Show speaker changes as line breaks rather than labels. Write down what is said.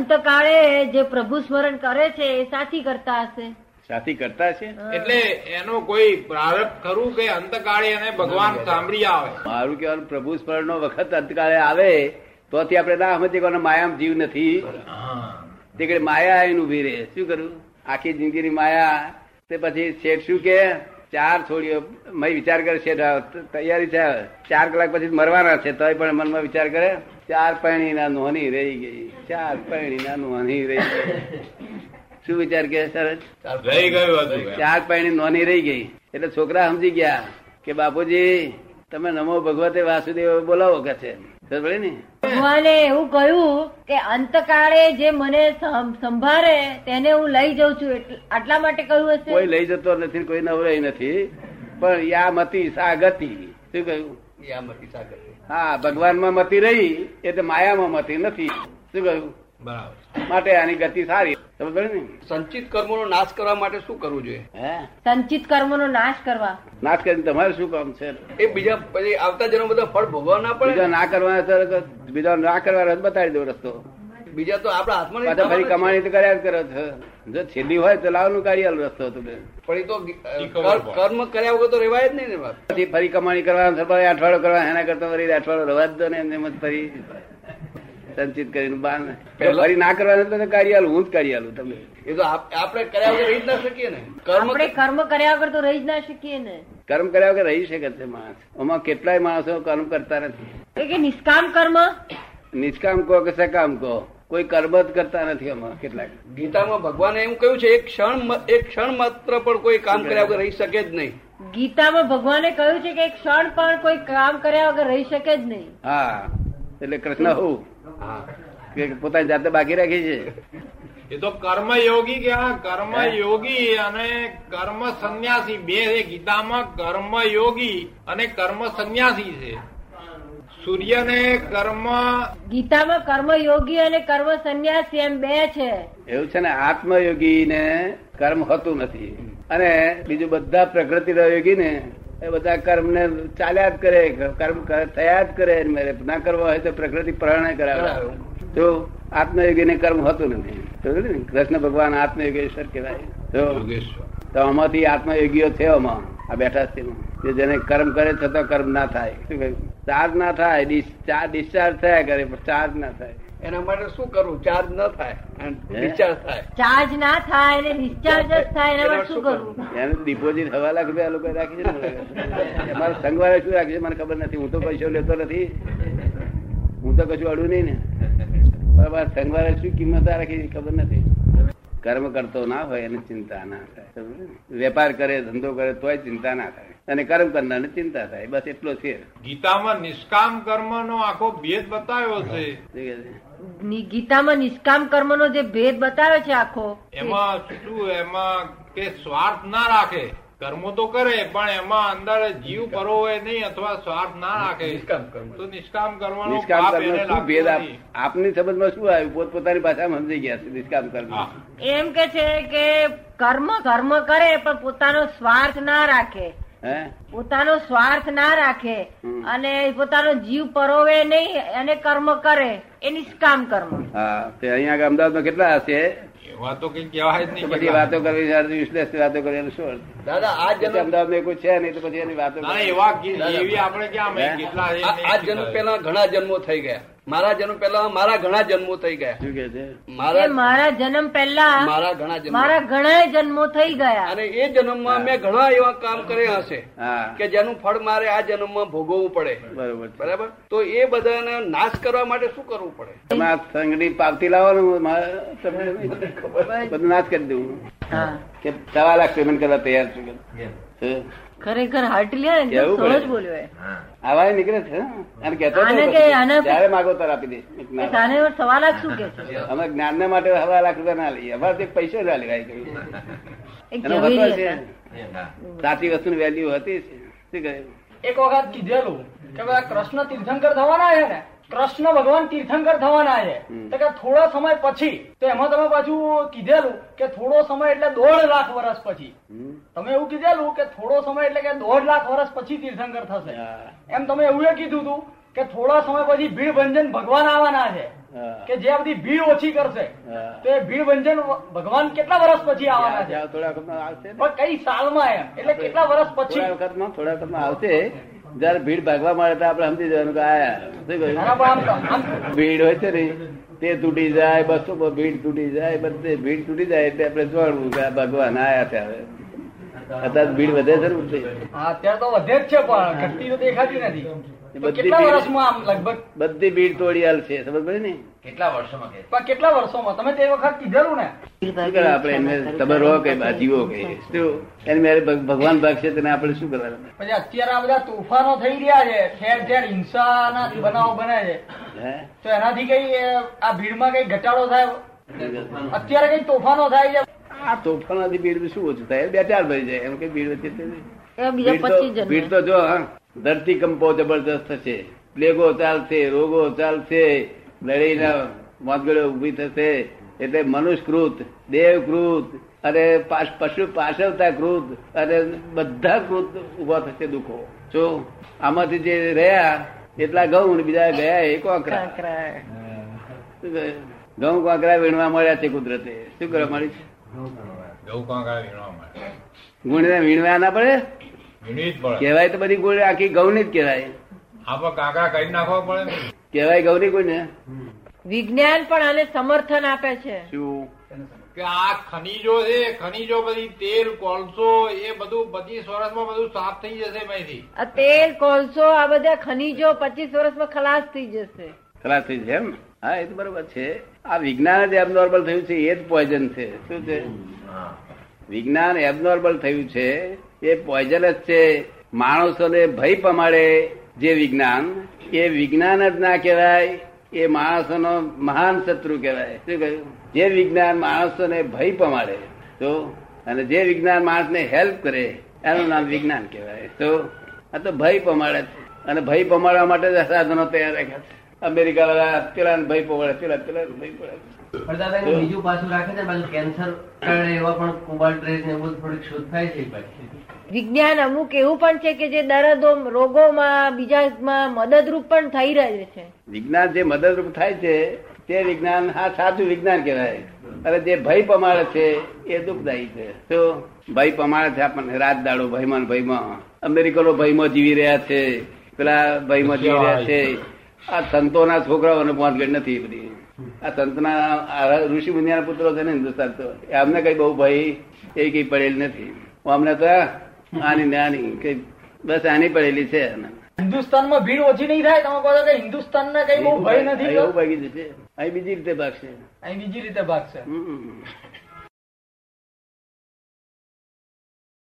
અંતકાળે જે પ્રભુ સ્મરણ કરે છે એ સાથી કરતા હશે
સાથી કરતા છે
એટલે એનો કોઈ પ્રારબ્ધ ખરું કે અંતકાળે એને ભગવાન સાંભળી આવે
મારું કહેવાનું પ્રભુ સ્મરણ નો વખત અંતકાળે આવે તો થી આપણે ના સમજીએ કે આનો માયામાં જીવ નથી તે કડે માયા આવીને ઉભી રહે શું કરું આખી જિંદગીની માયા તે પછી શેઠ શું કે ચાર છોડીઓ મેં વિચાર કરે શેઠ આ તૈયારી છે ચાર કલાક પછી મરવાના છે તોય પણ મનમાં વિચાર કરે ચાર પૈણી ના નોની રહી ગઈ ચાર પૈણી ના નોની રહી ગઈ શું વિચાર કે સરસ
રહી ગયું હતું
ચાર પાણી નોની રહી ગઈ એટલે છોકરા સમજી ગયા કે બાપુજી તમે નમો ભગવતે વાસુદેવ બોલાવો કે છે ખબર પડી ને
ભગવાને એવું કહ્યું કે અંતકાળે જે મને સં- સંભાળે તેને હું લઈ જઉં છું એટલ- આટલા માટે કહ્યું
કોઈ
હશે
લઈ જતો નથી કોઈ નવરાઈ નથી પણ યા મતી સા ગતિ શું કહ્યું હા ભગવાનમાં મતી રહી એટલે માયામાં મતી નથી શું કહ્યું
બરાબર
માટે આની ગતિ સારી ખબર પડી ને
સંચિત કર્મોનો નાશ કરવા માટે શું કરવું જોઈએ
હે
સંચિત કર્મનો નાશ કરવા
નાશ કરીને તમારે શું કામ છે
એ બીજા પછી આવતા જન્મ બધા ફળ ભોગવવા ના
બીજા
પડે
ના કરવાના બીજા ના કરવાના બતાવી દો રસ્તો
બીજા તો આપણા હાથમાં નહીં
પાછા ફરી
આવવાનું
કમાણી તો કર્યા જ કરો છો જો છેલ્લી હોય તો લાવનું કાઢી આલો રસ્તો હતો બેન
છે. પણ એ તો
ઈ
અ,
ખબર
કર-
પડે.
કર્મ કર્યા વગર તો રેવાય જ નહીં ને વાત
પછી ફરી કમાણી કરવાનો છે ફરી અઠવાડિયો કરવા એના કરતા ફરી અઠવાડિયો રવા જ દો ને એમને મત ફરી સંચિત કરીને બહાર ને.
પહેલા-
ફરી ના કરવાનું તો કાઢી આલું હું જ કાઢી આલું તમને
એ તો આપ- આપણે કર્યા વગર રહી જ ના શકીએ ને કર્મ
આપણે કર્મ કર્યા વગર તો રહી જ ના શકીએ ને
કર્મ કર્યા વગર રહી શકે છે માણસ આમાં કેટલાય માણસો કર્મ કરતા નથી
એ કે નિષ્કામ કર્મ
નિષ્કામ કહો કે સકામ કહો કોઈ કર્મ જ કરતા નથી આમાં કેટલાક
ગીતામાં ભગવાને એવું કહ્યું છે એક ક્ષણ મ- એક ક્ષણ માત્ર પણ કોઈ કામ કર્યા વગર રહી શકે જ નહીં
ગીતામાં ભગવાને કહ્યું છે કે એક ક્ષણ પણ કોઈ કામ કર્યા વગર રહી શકે જ નહીં
હા એટલે કૃષ્ણ હું
હા
કે પોતાની જાતે બાકી રાખી છે
એ તો કર્મયોગી કે આ કર્મયોગી અને કર્મ સંન્યાસી બે છે ગીતામાં કર્મયોગી અને કર્મ સંન્યાસી છે સૂર્યને કર્મ
ગીતામાં કર્મ યોગી અને કર્મ સંન્યાસી એમ બે છે
એવું છે ને આત્મયોગી ને કર્મ હોતું નથી અને બીજું બધા પ્રકૃતિ યોગી ને એ બધા કર્મ ને ચાલ્યા જ કરે કર્મ ક- થયા જ કરે ને મારે ના કરવા હોય તો પ્રકૃતિ પ્રહણે કરાવે
બરાબર.
તો આત્મયોગી ને કર્મ હોતું નથી તો ખબર ને? કૃષ્ણ ભગવાન આત્મયોગેશ્વર કહેવાય તો
યોગેશ્વર
તો આમાંથી આત્મયોગીઓ છે આમાં આ બેઠા છે એમાં. કે જેને કર્મ કરે છતાં કર્મ ના થાય શું કહ્યું? ચાર્જ ના થાય ડિસ્ચાર્જ થયા કરે પણ ચાર્જ ના થાય
એના માટે શું કરવું ચાર્જ ન થાય અને
હે?
discharge થાય
ચાર્જ ના થાય અને ડિસ્ચાર્જ જ થાય એના માટે શું કરવું
એને ડિપોઝિટ હવા લાખ રૂપિયા લોકો રાખી છે ને. અમારા સંઘવાળા શું રાખે છે મને ખબર નથી હું તો પૈસો લેતો નથી હું તો કશું અડું નહીં ને પણ અમારા સંઘવાળા શું કિંમત આ રાખી છે ખબર નથી કર્મ કરતો ના હોય એને ચિંતા ના થાય સમજ્યો ને? વેપાર કરે ધંધો કરે તોય ચિંતા ના થાય અને કર્મ કરનારને ચિંતા થાય બસ એટલો છે
ગીતામાં નિષ્કામ કર્મનો આખો ભેદ બતાવ્યો છે
શું કહે છે?
ની- ગીતામાં નિષ્કામ કર્મનો જે ભેદ બતાવે છે આખો
એમાં શું એમાં કે સ્વાર્થ ના રાખે કર્મો તો કરે પણ એમાં અંદર જીવ પરોવે નહીં અથવા સ્વાર્થ ના રાખે
નિષ્કામ કર્મ
તો નિષ્કામ કરવાનો
નિષ્કામ
પાપ
કર્મ
એને
શું
લાગતો
ભેદ આપ-
નહીં.
આપની સમજમાં શું આવ્યું પોત પોતાની ભાષામાં સમજી ગયા છે નિષ્કામ કર્મ
હા.
એમ કે છે કે કર્મ કર્મ કરે પણ પોતાનો સ્વાર્થ ના રાખે
હે
પોતાનો સ્વાર્થ ના રાખે
હમ.
અને પોતાનો જીવ પરોવે નહીં અને કર્મ કરે એ નિષ્કામ કર્મ
હા તે અહીંયા આગળ અમદાવાદમાં કેટલા હશે
એવા તો કઈ કહેવાય જ
તો
નહીં
પછી
કેટલા.
વાતો કરવી સારી useless વાતો કરવી એનો શું અર્થ?
દાદા આ
પછી
જન્મ
અમદાવાદમાં કોઈ છે નહીં તો પછી એની વાતો
ના,
કરવી.
એવા કે-
દાદા.
એવી આપણે ક્યાં અમે
હે?
કેટલા એ
આ
નહીં
આ જન્મ
કહેવાય.
પહેલા ઘણા જન્મો થઈ ગયા મારા જન્મ પહેલા મારા ઘણા જન્મો થઈ ગયા
શું કહે છે
કે
મારા
મારા જન્મ પહેલા
મારા ઘણા જન્મ
મારા ઘણા જન્મો થઈ ગયા
અને એ જન્મમાં મેં ઘણા એવા કામ કર્યા હશે
હા
કે જેનું ફળ મારે આ જન્મમાં ભોગવવું પડે
બરોબર છે.
બરાબર તો એ બધાને નાશ કરવા માટે શું કરવું પડે
તમે આ સંગડી પાવતી લાવો ને હું મારે તમને બધું નાશ કરી દઉં
હા
કે સવા લાખ પેમેન્ટ કરવા તૈયાર છું કે. હે?
ખરેખર હાટલિયા એકદમ
કેવું
સહજ
પડે?
બોલ્યો એ.
આવાય નીકળે છે હે? અને કહેતો જ
આને
નહીં
કે
પછી.
આને-
જ્યારે માગો ત્યારે આપી દઈશ. એક
એ
ના
તાને હવે સવાલ જ શું કે છે
અમે જ્ઞાન માટે હવા લાખ રૂપિયા ના લઈએ અમારે તે પૈસો ના લેવાય કઈ
એ
એનો વતો
ઝવેરી
છે
હતા.
સાચી વસ્તુની વેલ્યુ હતી જ. શું કહ્યું
એક વખત કીધેલું કે બધા કૃષ્ણ તીર્થંકર થવાના છે ને કૃષ્ણ ભગવાન તીર્થંકર થવાના છે
હમ.
તો કે થોડા સમય પછી તો એમાં તમે પાછું કીધેલું કે થોડો સમય એટલે દોઢ લાખ વર્ષ પછી
હમ?
તમે એવું કીધેલું કે થોડો સમય એટલે કે દોઢ લાખ વર્ષ પછી તીર્થંકર થશે
હા.
એમ તમે એવું એ કીધું હતું કે થોડા સમય પછી ભીડ ભંજન ભગવાન આવવાના છે
હા.
કે જે આ બધી ભીડ ઓછી કરશે
હા.
તો એ ભીડ ભંજન ભગવાન કેટલા વર્ષ પછી આવવાના છે
ત્યાં થોડા વખતમાં આવશે ને.
પણ કઈ સાલમાં એમ એટલે કેટલા વર્ષ પછી
થોડા વખતમાં થોડા વખતમાં આવશે જયારે ભીડ ભાગવા મળે ત્યારે આપણે સમજી જવાનું કે આયા શું કહ્યું?
નાના પણ આમ આમ
ભીડ હોય છે ને તે તૂટી જાય બસો પર ભીડ તૂટી જાય બધે ભીડ તૂટી જાય એટલે આપણે જોવાનું કે આ ભગવાન આયા છે હવે અત્યારે ભીડ વધે છે ને બધી.
હા, અત્યારે તો વધે જ છે પણ ઘટતી તો દેખાતી નથી તો
બધી
કેટલા
ભીડ-
વર્ષમાં આમ લગભગ
બધી ભીડ તોડી આલ છે સમજ પડી ને
કેટલા વર્ષોમાં કે
પણ કેટલા વર્ષોમાં તમે તે વખત કીધેલું ને
શું કરે આપણે એમને તમે રહો કે બા જીવો કે શું એને મેરે ભગ- ભગવાન ભાગશે તેને આપણે શું કરવાનું
પછી અત્યારે આ બધા તોફાનો થઈ રહ્યા છે ઠેર ઠેર હિંસાના બનાવો બને છે
હે
તો એનાથી કઈ એ, આ ભીડમાં કઈ ઘટાડો થાય અત્યારે કઈ તોફાનો થાય છે
આ તોફાનાથી ભીડ શું ઓછું થાય બે ચાર ભરી જાય એમ કે ભીડ વચ્ચે તે નહીં.
એ બીજા
ભીડ
પચીસ
તો- ભીડ
જણ
તો જો હા, ધરતીકંપો જબરદસ્ત થશે પ્લેગો ચાલશે રોગો ચાલશે લડીના મોતગળીઓ ઊભી થશે એટલે મનુષ્યકૃત દેવકૃત અને પાશ- પશુ પાછળતા કૃત અને બધા કૃત ઉભા થશે દુઃખો જો આમાંથી જે રહ્યા એટલા ઘઉં ને બીજા ગયા એ કોકરા
કાંકરા.
શું કહે? ઘઉં કોકરા વીણવા મળ્યા છે કુદરતે શું કરવા મળી છે
ગૌ કાંકરા વીણવા માટે
ગુણને વીણવા ના પડે
વીણવી જ પડે
કહેવાય તો બધી ગુણ આખી ઘઉંની જ કહેવાય
આપણે કાંકરા કાઢી નાખવા પડે ને
કહેવાય ગૌરી કોઈને
વિજ્ઞાન પણ આને સમર્થન આપે છે
શું
કે આ ખનીજો છે ખનીજો બધી તેલ કોલસો એ બધું પચીસ વર્ષમાં બધું સાફ થઈ જશે ભાઈથી
આ તેલ કોલસો આ બધા ખનીજો પચીસ વર્ષમાં ખલાસ થઈ જશે
ખલાસ થઈ છે એમ હા એ તો બરોબર છે આ વિજ્ઞાન જ એબનોર્મલ થયું છે એ જ પોઈઝન છે શું છે વિજ્ઞાન એબનોર્મલ થયું છે એ પોઈઝન જ છે માણસોને ભય પમાડે જે વિજ્ઞાન એ વિજ્ઞાન જ ના કહેવાય એ માણસોનો મહાન શત્રુ કહેવાય શું કહ્યું જે વિજ્ઞાન માણસોને ભય પમાડે તો અને જે વિજ્ઞાન માણસને હેલ્પ કરે એનું નામ વિજ્ઞાન કહેવાય તો આ તો ભય પમાડે છે અને ભય પમાડવા માટે જ આ સાધનો તૈયાર રાખ્યા છે અમેરિકા વાળા પેલા ભય પમાડે પેલા પેલા ભય પમાડે
પણ દાદા એનું બીજું પાછું રાખે છે પાછું કેન્સર કારણે એવા પણ કોબાલ્ટ રેસ ને એવું બધું થોડીક શોધ થાય છે પાછી
વિજ્ઞાન અમુક એવું પણ છે કે જે દર્દો રોગોમાં બીજામાં મદદરૂપ પણ થઈ રહે છે
વિજ્ઞાન જે મદદરૂપ થાય છે તે વિજ્ઞાન આ સાચું વિજ્ઞાન કહેવાય અને જે ભય પમાડે છે એ દુઃખદાયી છે તો ભય પમાડે છે આપણને રાત દાડો ભયમાં ને ભયમાં અમેરિકનો ભયમાં જીવી રહ્યા છે પેલા ભયમાં જીવી રહ્યા છે આ સંતોના છોકરાઓને પહોંચગઢ નથી એ બધી આ સંતના આ ઋષિ મુનિયાના પુત્રો છે ને હિન્દુસ્તાન તો અમને કઈ બહુ ભય એ કઈ પડેલ નથી અમને તો આની ને આની કઈ બસ આની પડેલી છે
હિન્દુસ્તાનમાં ભીડ ઓછી નહીં થાય તમે કહો છો કે હિન્દુસ્તાનને કઈ બહુ ભય નથી
એવું
તો
ભાગી જશે અહીં બીજી રીતે ભાગશે
અહીં બીજી રીતે ભાગશે
હમ.